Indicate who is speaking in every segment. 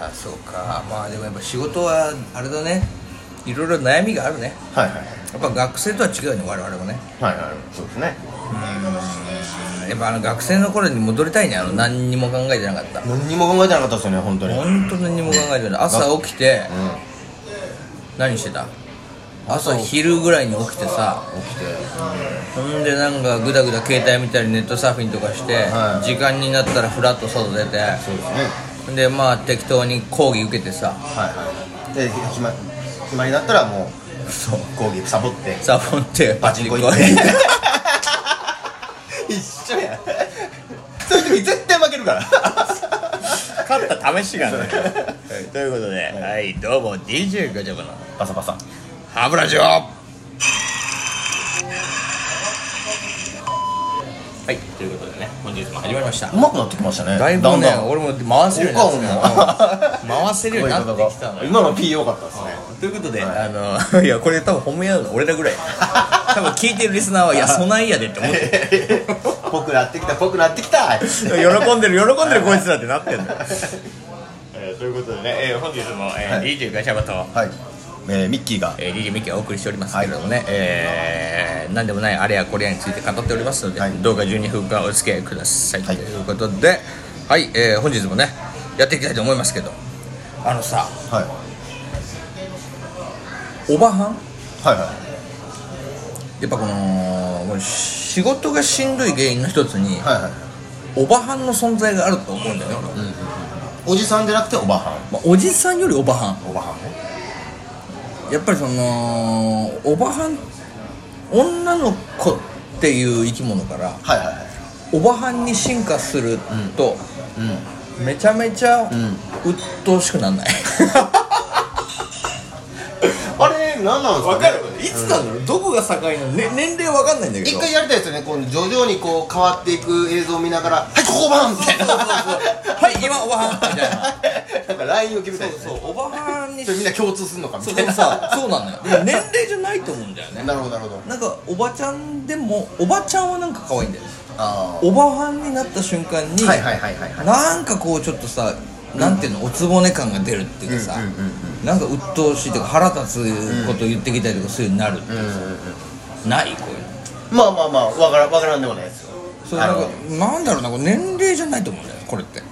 Speaker 1: あーそうかまあでもやっぱ仕事はあれだねいろいろ悩みがあるね
Speaker 2: はいはい
Speaker 1: やっぱ学生とは違うよね我々もね
Speaker 2: はいはいそうですね
Speaker 1: やっぱあの学生の頃に戻りたいねあの何にも考えてなかった
Speaker 2: 何にも考えてなかったですよね本当にうん
Speaker 1: 本当何にも考えてない朝起きて何してた朝昼ぐらいに起きてさ
Speaker 2: 起きて
Speaker 1: ほんでなんかグダグダ携帯見たりネットサーフィンとかして、
Speaker 2: はい
Speaker 1: 時間になったらフラッと外出て
Speaker 2: そうですね
Speaker 1: でまあ適当に講義受けてさ
Speaker 2: はいはいで暇暇になったらも
Speaker 1: そう
Speaker 2: う講義サボって
Speaker 1: サボって
Speaker 2: パチンコ行
Speaker 1: パ
Speaker 2: っ
Speaker 1: チンコ行って
Speaker 2: 一緒や そういう時絶対負けるから
Speaker 3: 勝った試しがない
Speaker 1: い
Speaker 3: ということで、はい、どうも DJ ガチャバの
Speaker 2: パサパサ
Speaker 3: ハブラジオはい、ということでね、本日も始まりました
Speaker 2: うまくなってきましたね
Speaker 1: だいぶ
Speaker 2: だん
Speaker 1: ね
Speaker 2: だん
Speaker 1: 俺も回せるようになってきたうん回せるようになってきたのよ
Speaker 2: 今の P 良かったですね
Speaker 1: ということで、
Speaker 2: は
Speaker 1: あのいやこれ多分褒め合うの俺らぐら い多分聞いてるリスナーはいやそないやでって思って
Speaker 2: ぽくなってきたぽくなってきた
Speaker 3: 喜んでる喜んでるこいつだってなってんだ、えー、ということでね、えー、本日も、えー
Speaker 2: は
Speaker 3: DJ ガチャバと、
Speaker 2: はい、えー、ミッキーが
Speaker 1: えー、リリー・ミキがお送りしておりますけれどもね、えー何でもないあれやこれやについて語っておりますので、
Speaker 2: はい
Speaker 1: 動画12分間お付き合いください、
Speaker 2: はい
Speaker 1: ということで、はいえー本日もねやっていきたいと思いますけどあのさ
Speaker 2: はい
Speaker 1: おばはん
Speaker 2: はいは
Speaker 1: やっぱこのこれ仕事がしんどい原因の一つに、
Speaker 2: いはいはい
Speaker 1: おばはんの存在があると思うんだよね、俺
Speaker 2: おじさんじゃなくておばはん
Speaker 1: まあ、おじさんよりおばはん
Speaker 2: おばはんね
Speaker 1: やっぱりそのおばはん女の子っていう生き物から
Speaker 2: はいはいはい
Speaker 1: おばはんに進化すると、
Speaker 2: う
Speaker 1: めちゃめちゃ
Speaker 2: ん
Speaker 1: 鬱陶しくなん ない
Speaker 2: んあれ何なんですか、ね、
Speaker 1: いつなんだろう、どこが境なの、ね、年齢わかんないんだ
Speaker 2: 一回やりたいですよねこう徐々にこう変わっていく映像を見ながら「はいここばん!」みたいな
Speaker 1: はい今おばはんみたいな
Speaker 2: なんかラインを決めたいです
Speaker 1: そ
Speaker 2: ね
Speaker 1: うおばはんに
Speaker 2: それみんな共通するのかみ
Speaker 1: そう
Speaker 2: たいな
Speaker 1: さそうなのよでも年齢じゃないと思うんだよね
Speaker 2: なるほどなるほど
Speaker 1: なんかおばちゃんでもおばちゃんはなんか可愛いんだよ
Speaker 2: あ
Speaker 1: おばはんになった瞬間に、
Speaker 2: あはいはいはいはいはい
Speaker 1: なんかこうちょっとさなんていうのおつぼね感が出るっていうかさ、
Speaker 2: うんうんうん
Speaker 1: なんか鬱陶しいとか腹立つこと言ってきたりとかするようになる、
Speaker 2: うんうんうん
Speaker 1: ないこういうの
Speaker 2: まあまあまあわからわからんでもないですよ
Speaker 1: そう
Speaker 2: あ
Speaker 1: なん
Speaker 2: の
Speaker 1: かなんだろうなこれ年齢じゃないと思うんだよねこれって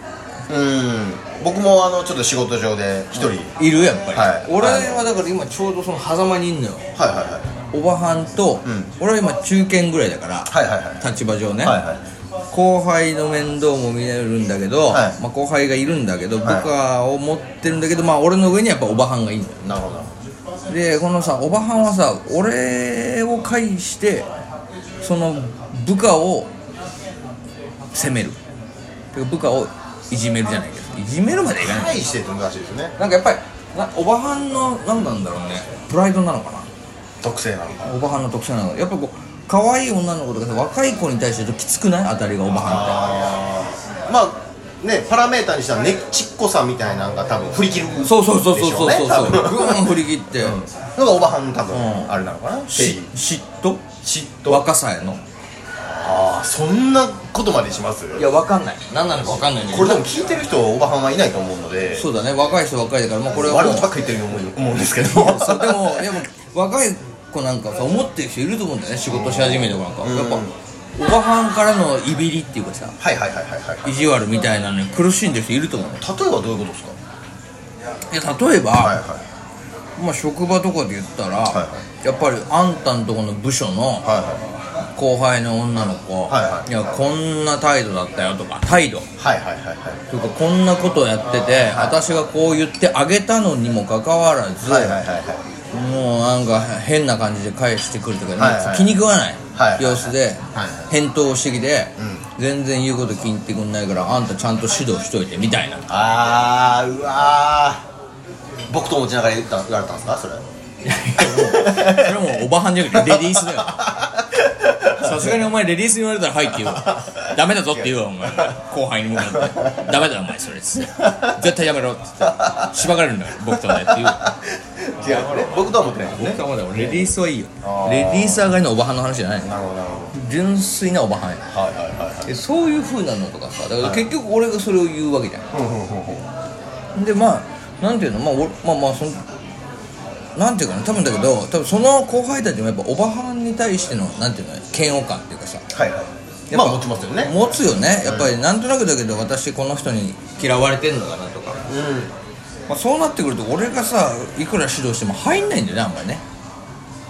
Speaker 2: うん僕もあのちょっと仕事上で一人、はい
Speaker 1: いるやっぱり、
Speaker 2: はい
Speaker 1: 俺はだから今ちょうどその狭間にいんのよ
Speaker 2: はいはい
Speaker 1: おばはんと、
Speaker 2: うん
Speaker 1: 俺は今中堅ぐらいだから、
Speaker 2: はいはいはい
Speaker 1: 立場上ね、
Speaker 2: はいはい
Speaker 1: 後輩の面倒も見れるんだけど、
Speaker 2: はい
Speaker 1: まあ、後輩がいるんだけど部
Speaker 2: はい
Speaker 1: 下を持ってるんだけど、まあ俺の上にやっぱおばはんがいいのよ
Speaker 2: なるほど
Speaker 1: でこのさおばはんはさ俺を介してその部下を責めるてか部下をいじめるじゃないけどいじめるまでいかない
Speaker 2: 大してって難しいですね
Speaker 1: なんかやっぱりなおばはんの何なんだろうねプライドなのかな
Speaker 2: 特性なのか
Speaker 1: おばはんの特性なのかやっぱこう可愛い女の子とかさ若い子に対してちょっときつくない当たりがおばはんっ
Speaker 2: あーまあねパラメーターにしたらねちっこさみたいなのが多分振り切る
Speaker 1: てそうそうそうそうそうそうそう
Speaker 2: でしょ
Speaker 1: グ
Speaker 2: うね
Speaker 1: ーン振り切って、
Speaker 2: 多分のがおばはんの多分、
Speaker 1: うん
Speaker 2: あれなのかな
Speaker 1: し嫉妬
Speaker 2: 嫉
Speaker 1: 若さへの
Speaker 2: ああそんなことまでします
Speaker 1: いやわかんない何なのかわかんないんだけ
Speaker 2: こ
Speaker 1: ど
Speaker 2: れでも聞いてる人はおばはんはいないと思うので
Speaker 1: そうだね若い人若いだからもうこれは
Speaker 2: 悪
Speaker 1: もう
Speaker 2: 口ばっかり言ってるように思う思うんですけどはい
Speaker 1: そうでもでも若い子なんかさ思ってる人いると思うんだよね仕事し始めてなんか
Speaker 2: ん
Speaker 1: やっぱおばはんからのいびりっていうかさ
Speaker 2: はいはいはいはい
Speaker 1: 意地悪みたいなのに苦しんでる人いると思う
Speaker 2: 例えばどういうことですか
Speaker 1: いや例えば、
Speaker 2: はいはい
Speaker 1: まあ、職場とかで言ったら、
Speaker 2: は
Speaker 1: やっぱりあんたんとこの部署の
Speaker 2: はい
Speaker 1: 後輩の女の子、
Speaker 2: はいはい
Speaker 1: やこんな態度だったよとか態度
Speaker 2: はいはいはいはいはい
Speaker 1: というかこんなことやってて、私がこう言ってあげたのにもかかわらず、
Speaker 2: はいはいはいはい
Speaker 1: もうなんか変な感じで返してくるとか、
Speaker 2: はいはい
Speaker 1: なんか気に食わない
Speaker 2: はいはい
Speaker 1: 様子で
Speaker 2: はい
Speaker 1: 返答してきて、
Speaker 2: う
Speaker 1: 全然言うこと聞いてくんないからあんたちゃんと指導しといてみ たいな
Speaker 2: あーうわー僕と持ちながら言った言われたんですかそれ
Speaker 1: それはもうおばはんじゃなくてレディースだよ さすがにお前レディースに言われたら「はい」って言う わダメだぞって言うわお前後輩に向かって「ダメだお前それ」っ つって「絶対やめろ」っつって「しばかれるんだよ僕とね」って言う わ
Speaker 2: 違うね僕とは思ってないですね
Speaker 1: 僕はまだレディースはいいよ
Speaker 2: あー
Speaker 1: レディース上がりのおばはんの話じゃない
Speaker 2: なるほどなるほ
Speaker 1: 純粋なおばはんや
Speaker 2: どはいはいはいはい
Speaker 1: えそういう風なのとかさだから結局俺がそれを言うわけじゃん、
Speaker 2: うんうんうんうん
Speaker 1: でまあなんていうのまあおまあまあそのなんていうかな多分だけど多分その後輩たちもやっぱおばはんに対してのなんていうの嫌悪感っていうかさ
Speaker 2: はいはいまあ持ちますよね
Speaker 1: 持つよねやっぱりなんとなくだけど私この人に嫌われてんのかなとか、
Speaker 2: う
Speaker 1: まあ、そうなってくると俺がさいくら指導しても入んないんだよねあんまりね、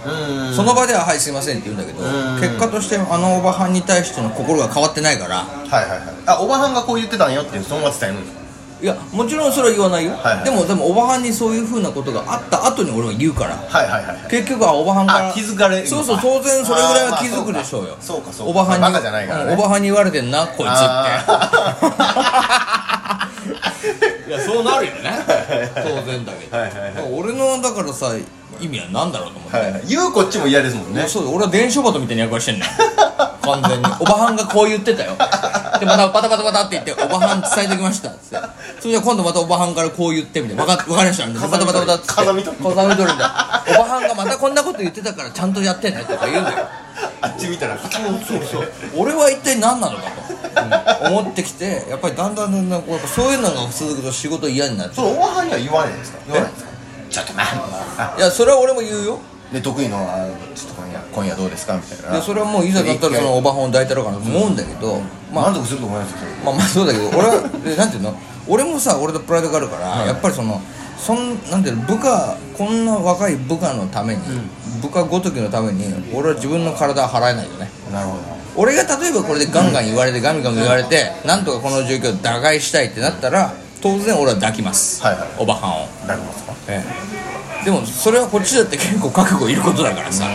Speaker 2: んうん
Speaker 1: その場では「はいすいません」って言うんだけど、
Speaker 2: ん
Speaker 1: 結果としてあのおばはんに対しての心が変わってないから
Speaker 2: はいはいはいあおばはんがこう言ってたんよっていうそのまま伝えるんですか
Speaker 1: いやもちろんそれは言わないよ、
Speaker 2: はいはい
Speaker 1: でもでもおばはんにそういうふうなことがあった後に俺は言うから
Speaker 2: はいはいはい
Speaker 1: 結局はおばはんから
Speaker 2: あ気づかれる
Speaker 1: そうそう当然それぐらいは気づくでしょうよ
Speaker 2: あーまあそうかそうかそうか
Speaker 1: おばはんに
Speaker 2: バカじゃないからね
Speaker 1: うんおばはんに言われてんなこいつ
Speaker 2: あ
Speaker 1: っていやそうなる よね当然だけど、
Speaker 2: はいはいはい
Speaker 1: だから俺のだからさ意味は何だろうと思って、
Speaker 2: はいはい 言うこっちも嫌ですもん
Speaker 1: も
Speaker 2: ね
Speaker 1: うそうだよ俺は伝書鳩みたいな役割してん ねん完全におばはんがこう言ってたよでまたバタバタバタって言って「おばはん伝えときました」っつってそれじゃあ今度またおばはんからこう言ってみたいな「分か分かりました」みたいなバタバタバタっつって
Speaker 2: 風見鶏
Speaker 1: 風見鶏だおばはんがまたこんなこと言ってたからちゃんとやってねとか言うんだよ
Speaker 2: あっち見たらそうそうそう
Speaker 1: 俺は一体何なのかと、うん思ってきてやっぱりだんだんだんだんこうやっぱそういうのが続くと仕事嫌になっち
Speaker 2: そ
Speaker 1: ゃう
Speaker 2: のおばはんには言わないんですか言わないんですかちょっとなあ
Speaker 1: いやそれは俺も言うよ
Speaker 2: で得意のあちょっと今夜今夜どうですかみたい
Speaker 1: いや
Speaker 2: な
Speaker 1: それはもういざだったらそのおばはんを抱いたろうかなと思うんだけど、まあ
Speaker 2: 満足すると思いますよそれ
Speaker 1: まあまあそうだけど俺は でなんていうの俺もさ俺のプライドがあるから、やっぱりそのそんなんていうの部下こんな若い部下のために、部下ごときのために俺は自分の体は払えないよね
Speaker 2: なるほど
Speaker 1: 俺が例えばこれでガンガン言われて、ガンガン言われて、なんとかこの状況を打開したいってなったら当然俺は抱きます、
Speaker 2: はいはい
Speaker 1: おばはんを、
Speaker 2: なるほどですか
Speaker 1: ええ、でもそれはこっちだって結構覚悟いることだからさ、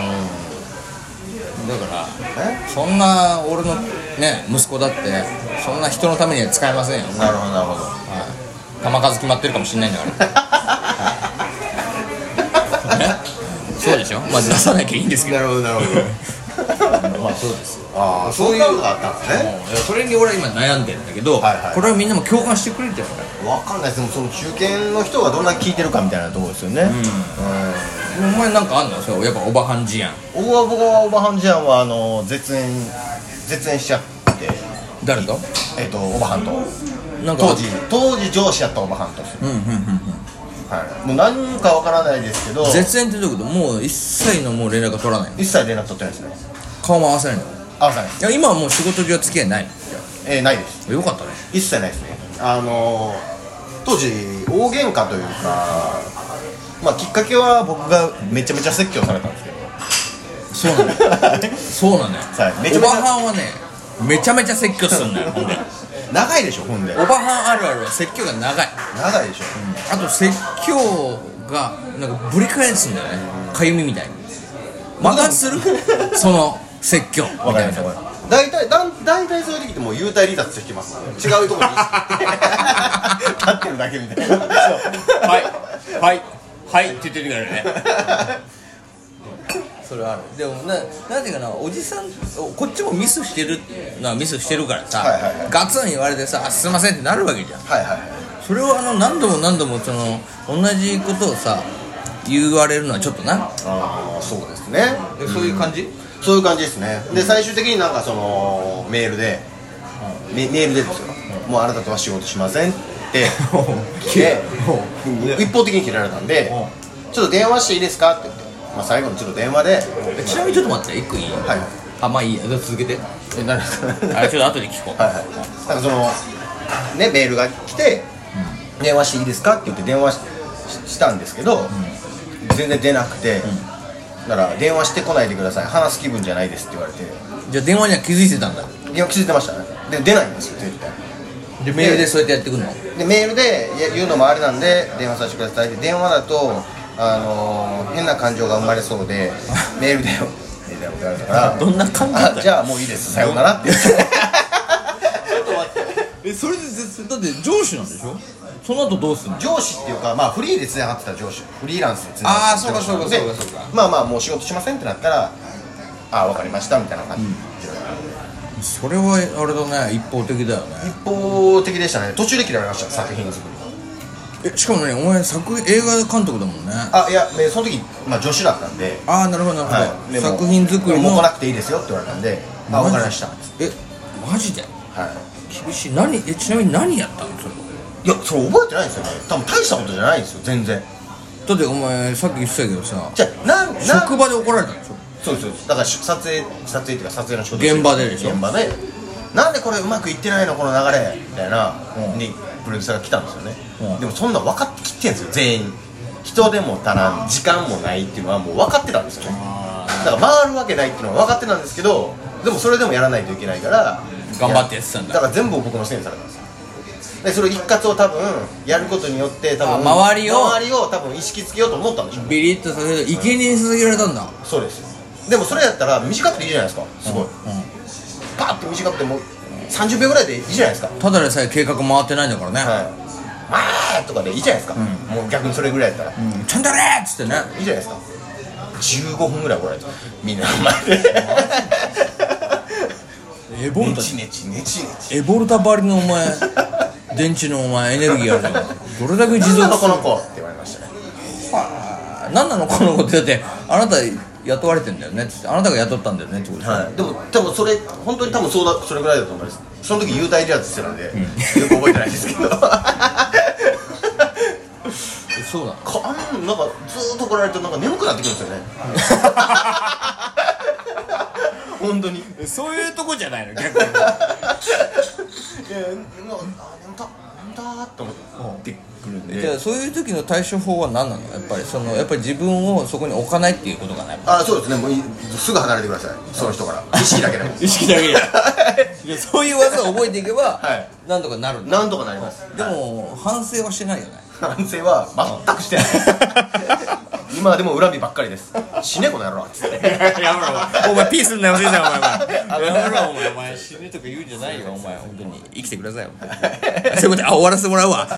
Speaker 1: だから
Speaker 2: え
Speaker 1: そんな俺のね息子だってそんな人のためには使えませんよ
Speaker 2: なるほどなるほど
Speaker 1: 球数決まってるかもしれないんだ からねそうでしょまあ出さなきゃいいんですけど
Speaker 2: なるほどなる ほどまあそうですああそういうのがあったんですね
Speaker 1: もういやそれに俺は今悩んでるんだけど、
Speaker 2: はいはい
Speaker 1: これはみんなも共感してくれてるから
Speaker 2: わかんないですでもその中堅の人がどんな聞いてるかみたいなところですよね
Speaker 1: お前なんかあんのそうやっぱおばはん事案
Speaker 2: うん僕は僕はオバハンジャンはあの絶縁絶縁しちゃって
Speaker 1: 誰と
Speaker 2: えっとオバハンと
Speaker 1: なんか
Speaker 2: 当時当時上司やったオバハンとです
Speaker 1: うんうんうんうん
Speaker 2: はいもう何かわからないですけど
Speaker 1: 絶縁ってどういうこともう一切のもう連絡が取らないの
Speaker 2: 一切連絡取ってないですね
Speaker 1: 顔も合わせないのい
Speaker 2: あさんです
Speaker 1: や今はもう仕事上付き合いない
Speaker 2: えーないです
Speaker 1: のよかったね
Speaker 2: 一切ないですねあの当時大喧嘩というかまあきっかけは僕がめちゃめちゃ説教されたんですけど
Speaker 1: そうなのよそうなのよ
Speaker 2: はいめち
Speaker 1: お
Speaker 2: ゃめ
Speaker 1: ば
Speaker 2: ちゃ
Speaker 1: はんはねめちゃめちゃ説教すんのよほんで
Speaker 2: 長いでしょほんで
Speaker 1: おばはんあるあるは説教が長い
Speaker 2: 長いでしょ
Speaker 1: あと説教がなんかぶり返すんだよねかゆみみたいにまたするその説教みたいな
Speaker 2: 大体だん大体そういう時ってもう幽体離脱してきますもんね違うところに立ってるだけみたいな
Speaker 1: はいはいはいって言ってるからねそれはあるでもななんていうかなおじさんおこっちもミスしてるのはミスしてるからさ、
Speaker 2: はいはいはい
Speaker 1: ガツン言われてさ「あすいません」ってなるわけじゃん
Speaker 2: はいはいはい
Speaker 1: それをあの何度も何度もその同じことをさ言われるのはちょっとな
Speaker 2: ああそうですね
Speaker 1: そういう感じ
Speaker 2: そういう感じですねで最終的になんかそのメールでメメールでですよもうあなたとは仕事しませんって来て 一方的に切られたんでちょっと電話していいですかって言ってまあ最後にちょっと電話で
Speaker 1: ちなみにちょっと待って一個いい
Speaker 2: はい
Speaker 1: あまあいいやじゃあ続けて
Speaker 2: え何ですか
Speaker 1: あちょっと後で聞こう
Speaker 2: はいはい、なんかそのねメールが来て「電話していいですか?」って言って電話しししたんですけど、全然出なくて、だから「電話してこないでください話す気分じゃないです」って言われて
Speaker 1: じゃあ電話には気づいてたんだ
Speaker 2: いや気づいてましたねで出ないんですよ絶対
Speaker 1: でメールでそうやってやってくんの
Speaker 2: でメールでいや言うのもあれなんで電話させてくださいって電話だとあのー変な感情が生まれそう でメールでよみたいなこと言われたから
Speaker 1: どんな感情だよ
Speaker 2: あじゃあもういいですさようならって言って
Speaker 1: えそれでだって上司なんでしょその後どうすんの
Speaker 2: 上司っていうかまあフリーでつながってた上司フリーランスでつなが
Speaker 1: あ
Speaker 2: っ
Speaker 1: ー
Speaker 2: て
Speaker 1: そう
Speaker 2: た
Speaker 1: か
Speaker 2: 上司なので
Speaker 1: そうかそうかそう
Speaker 2: まあまあもう仕事しませんってなったらああ分かりましたみたいな感じ、
Speaker 1: それはあれだね一方的だよね
Speaker 2: 一方的でしたね途中で切られました作品作り
Speaker 1: えしかもねお前作映画監督だもんねあ
Speaker 2: あいやねその時、まあ、助手だったんで、
Speaker 1: あーなるほどなるほど、
Speaker 2: でも
Speaker 1: 作品作り
Speaker 2: もう
Speaker 1: の
Speaker 2: 来なくていいですよって言われたんであ分かりました
Speaker 1: えマジで
Speaker 2: はい
Speaker 1: 厳しい何えちなみに何やったのそれ
Speaker 2: いやそれ覚えてないんですよね多分大したことじゃないんですよ全然
Speaker 1: だってお前さっき言ってたけどさ
Speaker 2: じゃあなんなん
Speaker 1: 職場で怒られたんでしょ
Speaker 2: そうですそうですだからし撮影撮影っていうか撮影の仕事
Speaker 1: 現場ででしょ
Speaker 2: 現場でなんでこれうまくいってないのこの流れみたいな、にプロデューサーが来たんですよね、
Speaker 1: うん
Speaker 2: でもそんな分かってきてんですよ全員人でも足らん時間もないっていうのはもう分かってたんですよねだから回るわけないっていうのは分かってたんですけどでもそれでもやらないといけないから
Speaker 1: 頑張ってやってたんだ
Speaker 2: だから全部僕のせいにされたんですよでそれ一括を多分やることによって多分
Speaker 1: あ周りを
Speaker 2: 周りを多分意識つけようと思ったんでしょうね
Speaker 1: ビリッとさせるいけにえさせられたんだ
Speaker 2: そうですでもそれやったら短くていいじゃないですかすごい、パーって短くてもう30秒ぐらいでいいじゃないですか
Speaker 1: ただでさえ計画回ってないんだからね、
Speaker 2: はいまあとかでいいじゃないですか、もう逆にそれぐらいやったら、い
Speaker 1: うんちゃんとやれっつってね
Speaker 2: いじゃないですか15分ぐらい怒られたみんなの前で
Speaker 1: エ ボ
Speaker 2: ね
Speaker 1: ルタ
Speaker 2: ちねちねちねち
Speaker 1: エボルタばりのお 前電池のお前エネルギーあるじゃんどれだけ持
Speaker 2: 何なの
Speaker 1: 続
Speaker 2: この子って言われましたね
Speaker 1: はあ何なのこの子ってだってあなた雇われてんだよねっつってあなたが雇ったんだよねってことでしょ
Speaker 2: はいでも多分それ本当に多分そうだそれぐらいだと思いますその時幽体離脱してたんで、よく覚えてないですけど
Speaker 1: え そうなの
Speaker 2: こんなんかずーっと怒られるとなんか眠くなってくるんですよね 本当に
Speaker 1: そういうとこじゃないの逆に
Speaker 2: いやもうあ眠た眠たーって思ってくるん
Speaker 1: じゃあ
Speaker 2: で
Speaker 1: そういう時の対処法は何なのやっぱりそのやっぱり自分をそこに置かないっていうことがない
Speaker 2: あそうですねもういすぐ離れてくださいその人から意識だけで も
Speaker 1: 意識だけでいやそういう技を覚えていけば、
Speaker 2: はい
Speaker 1: なんとかなるんだ
Speaker 2: なんとかなります
Speaker 1: でも、反省はしてないよね
Speaker 2: 反省は全くしてない今でも恨みばっかりです死ねこの野郎っつって
Speaker 1: やめろお前お前ピースになよお前お前やめろお 前お前死ぬとか言うんじゃないよお前本当に生きてくださいよそういうことであ終わらせてもらうわ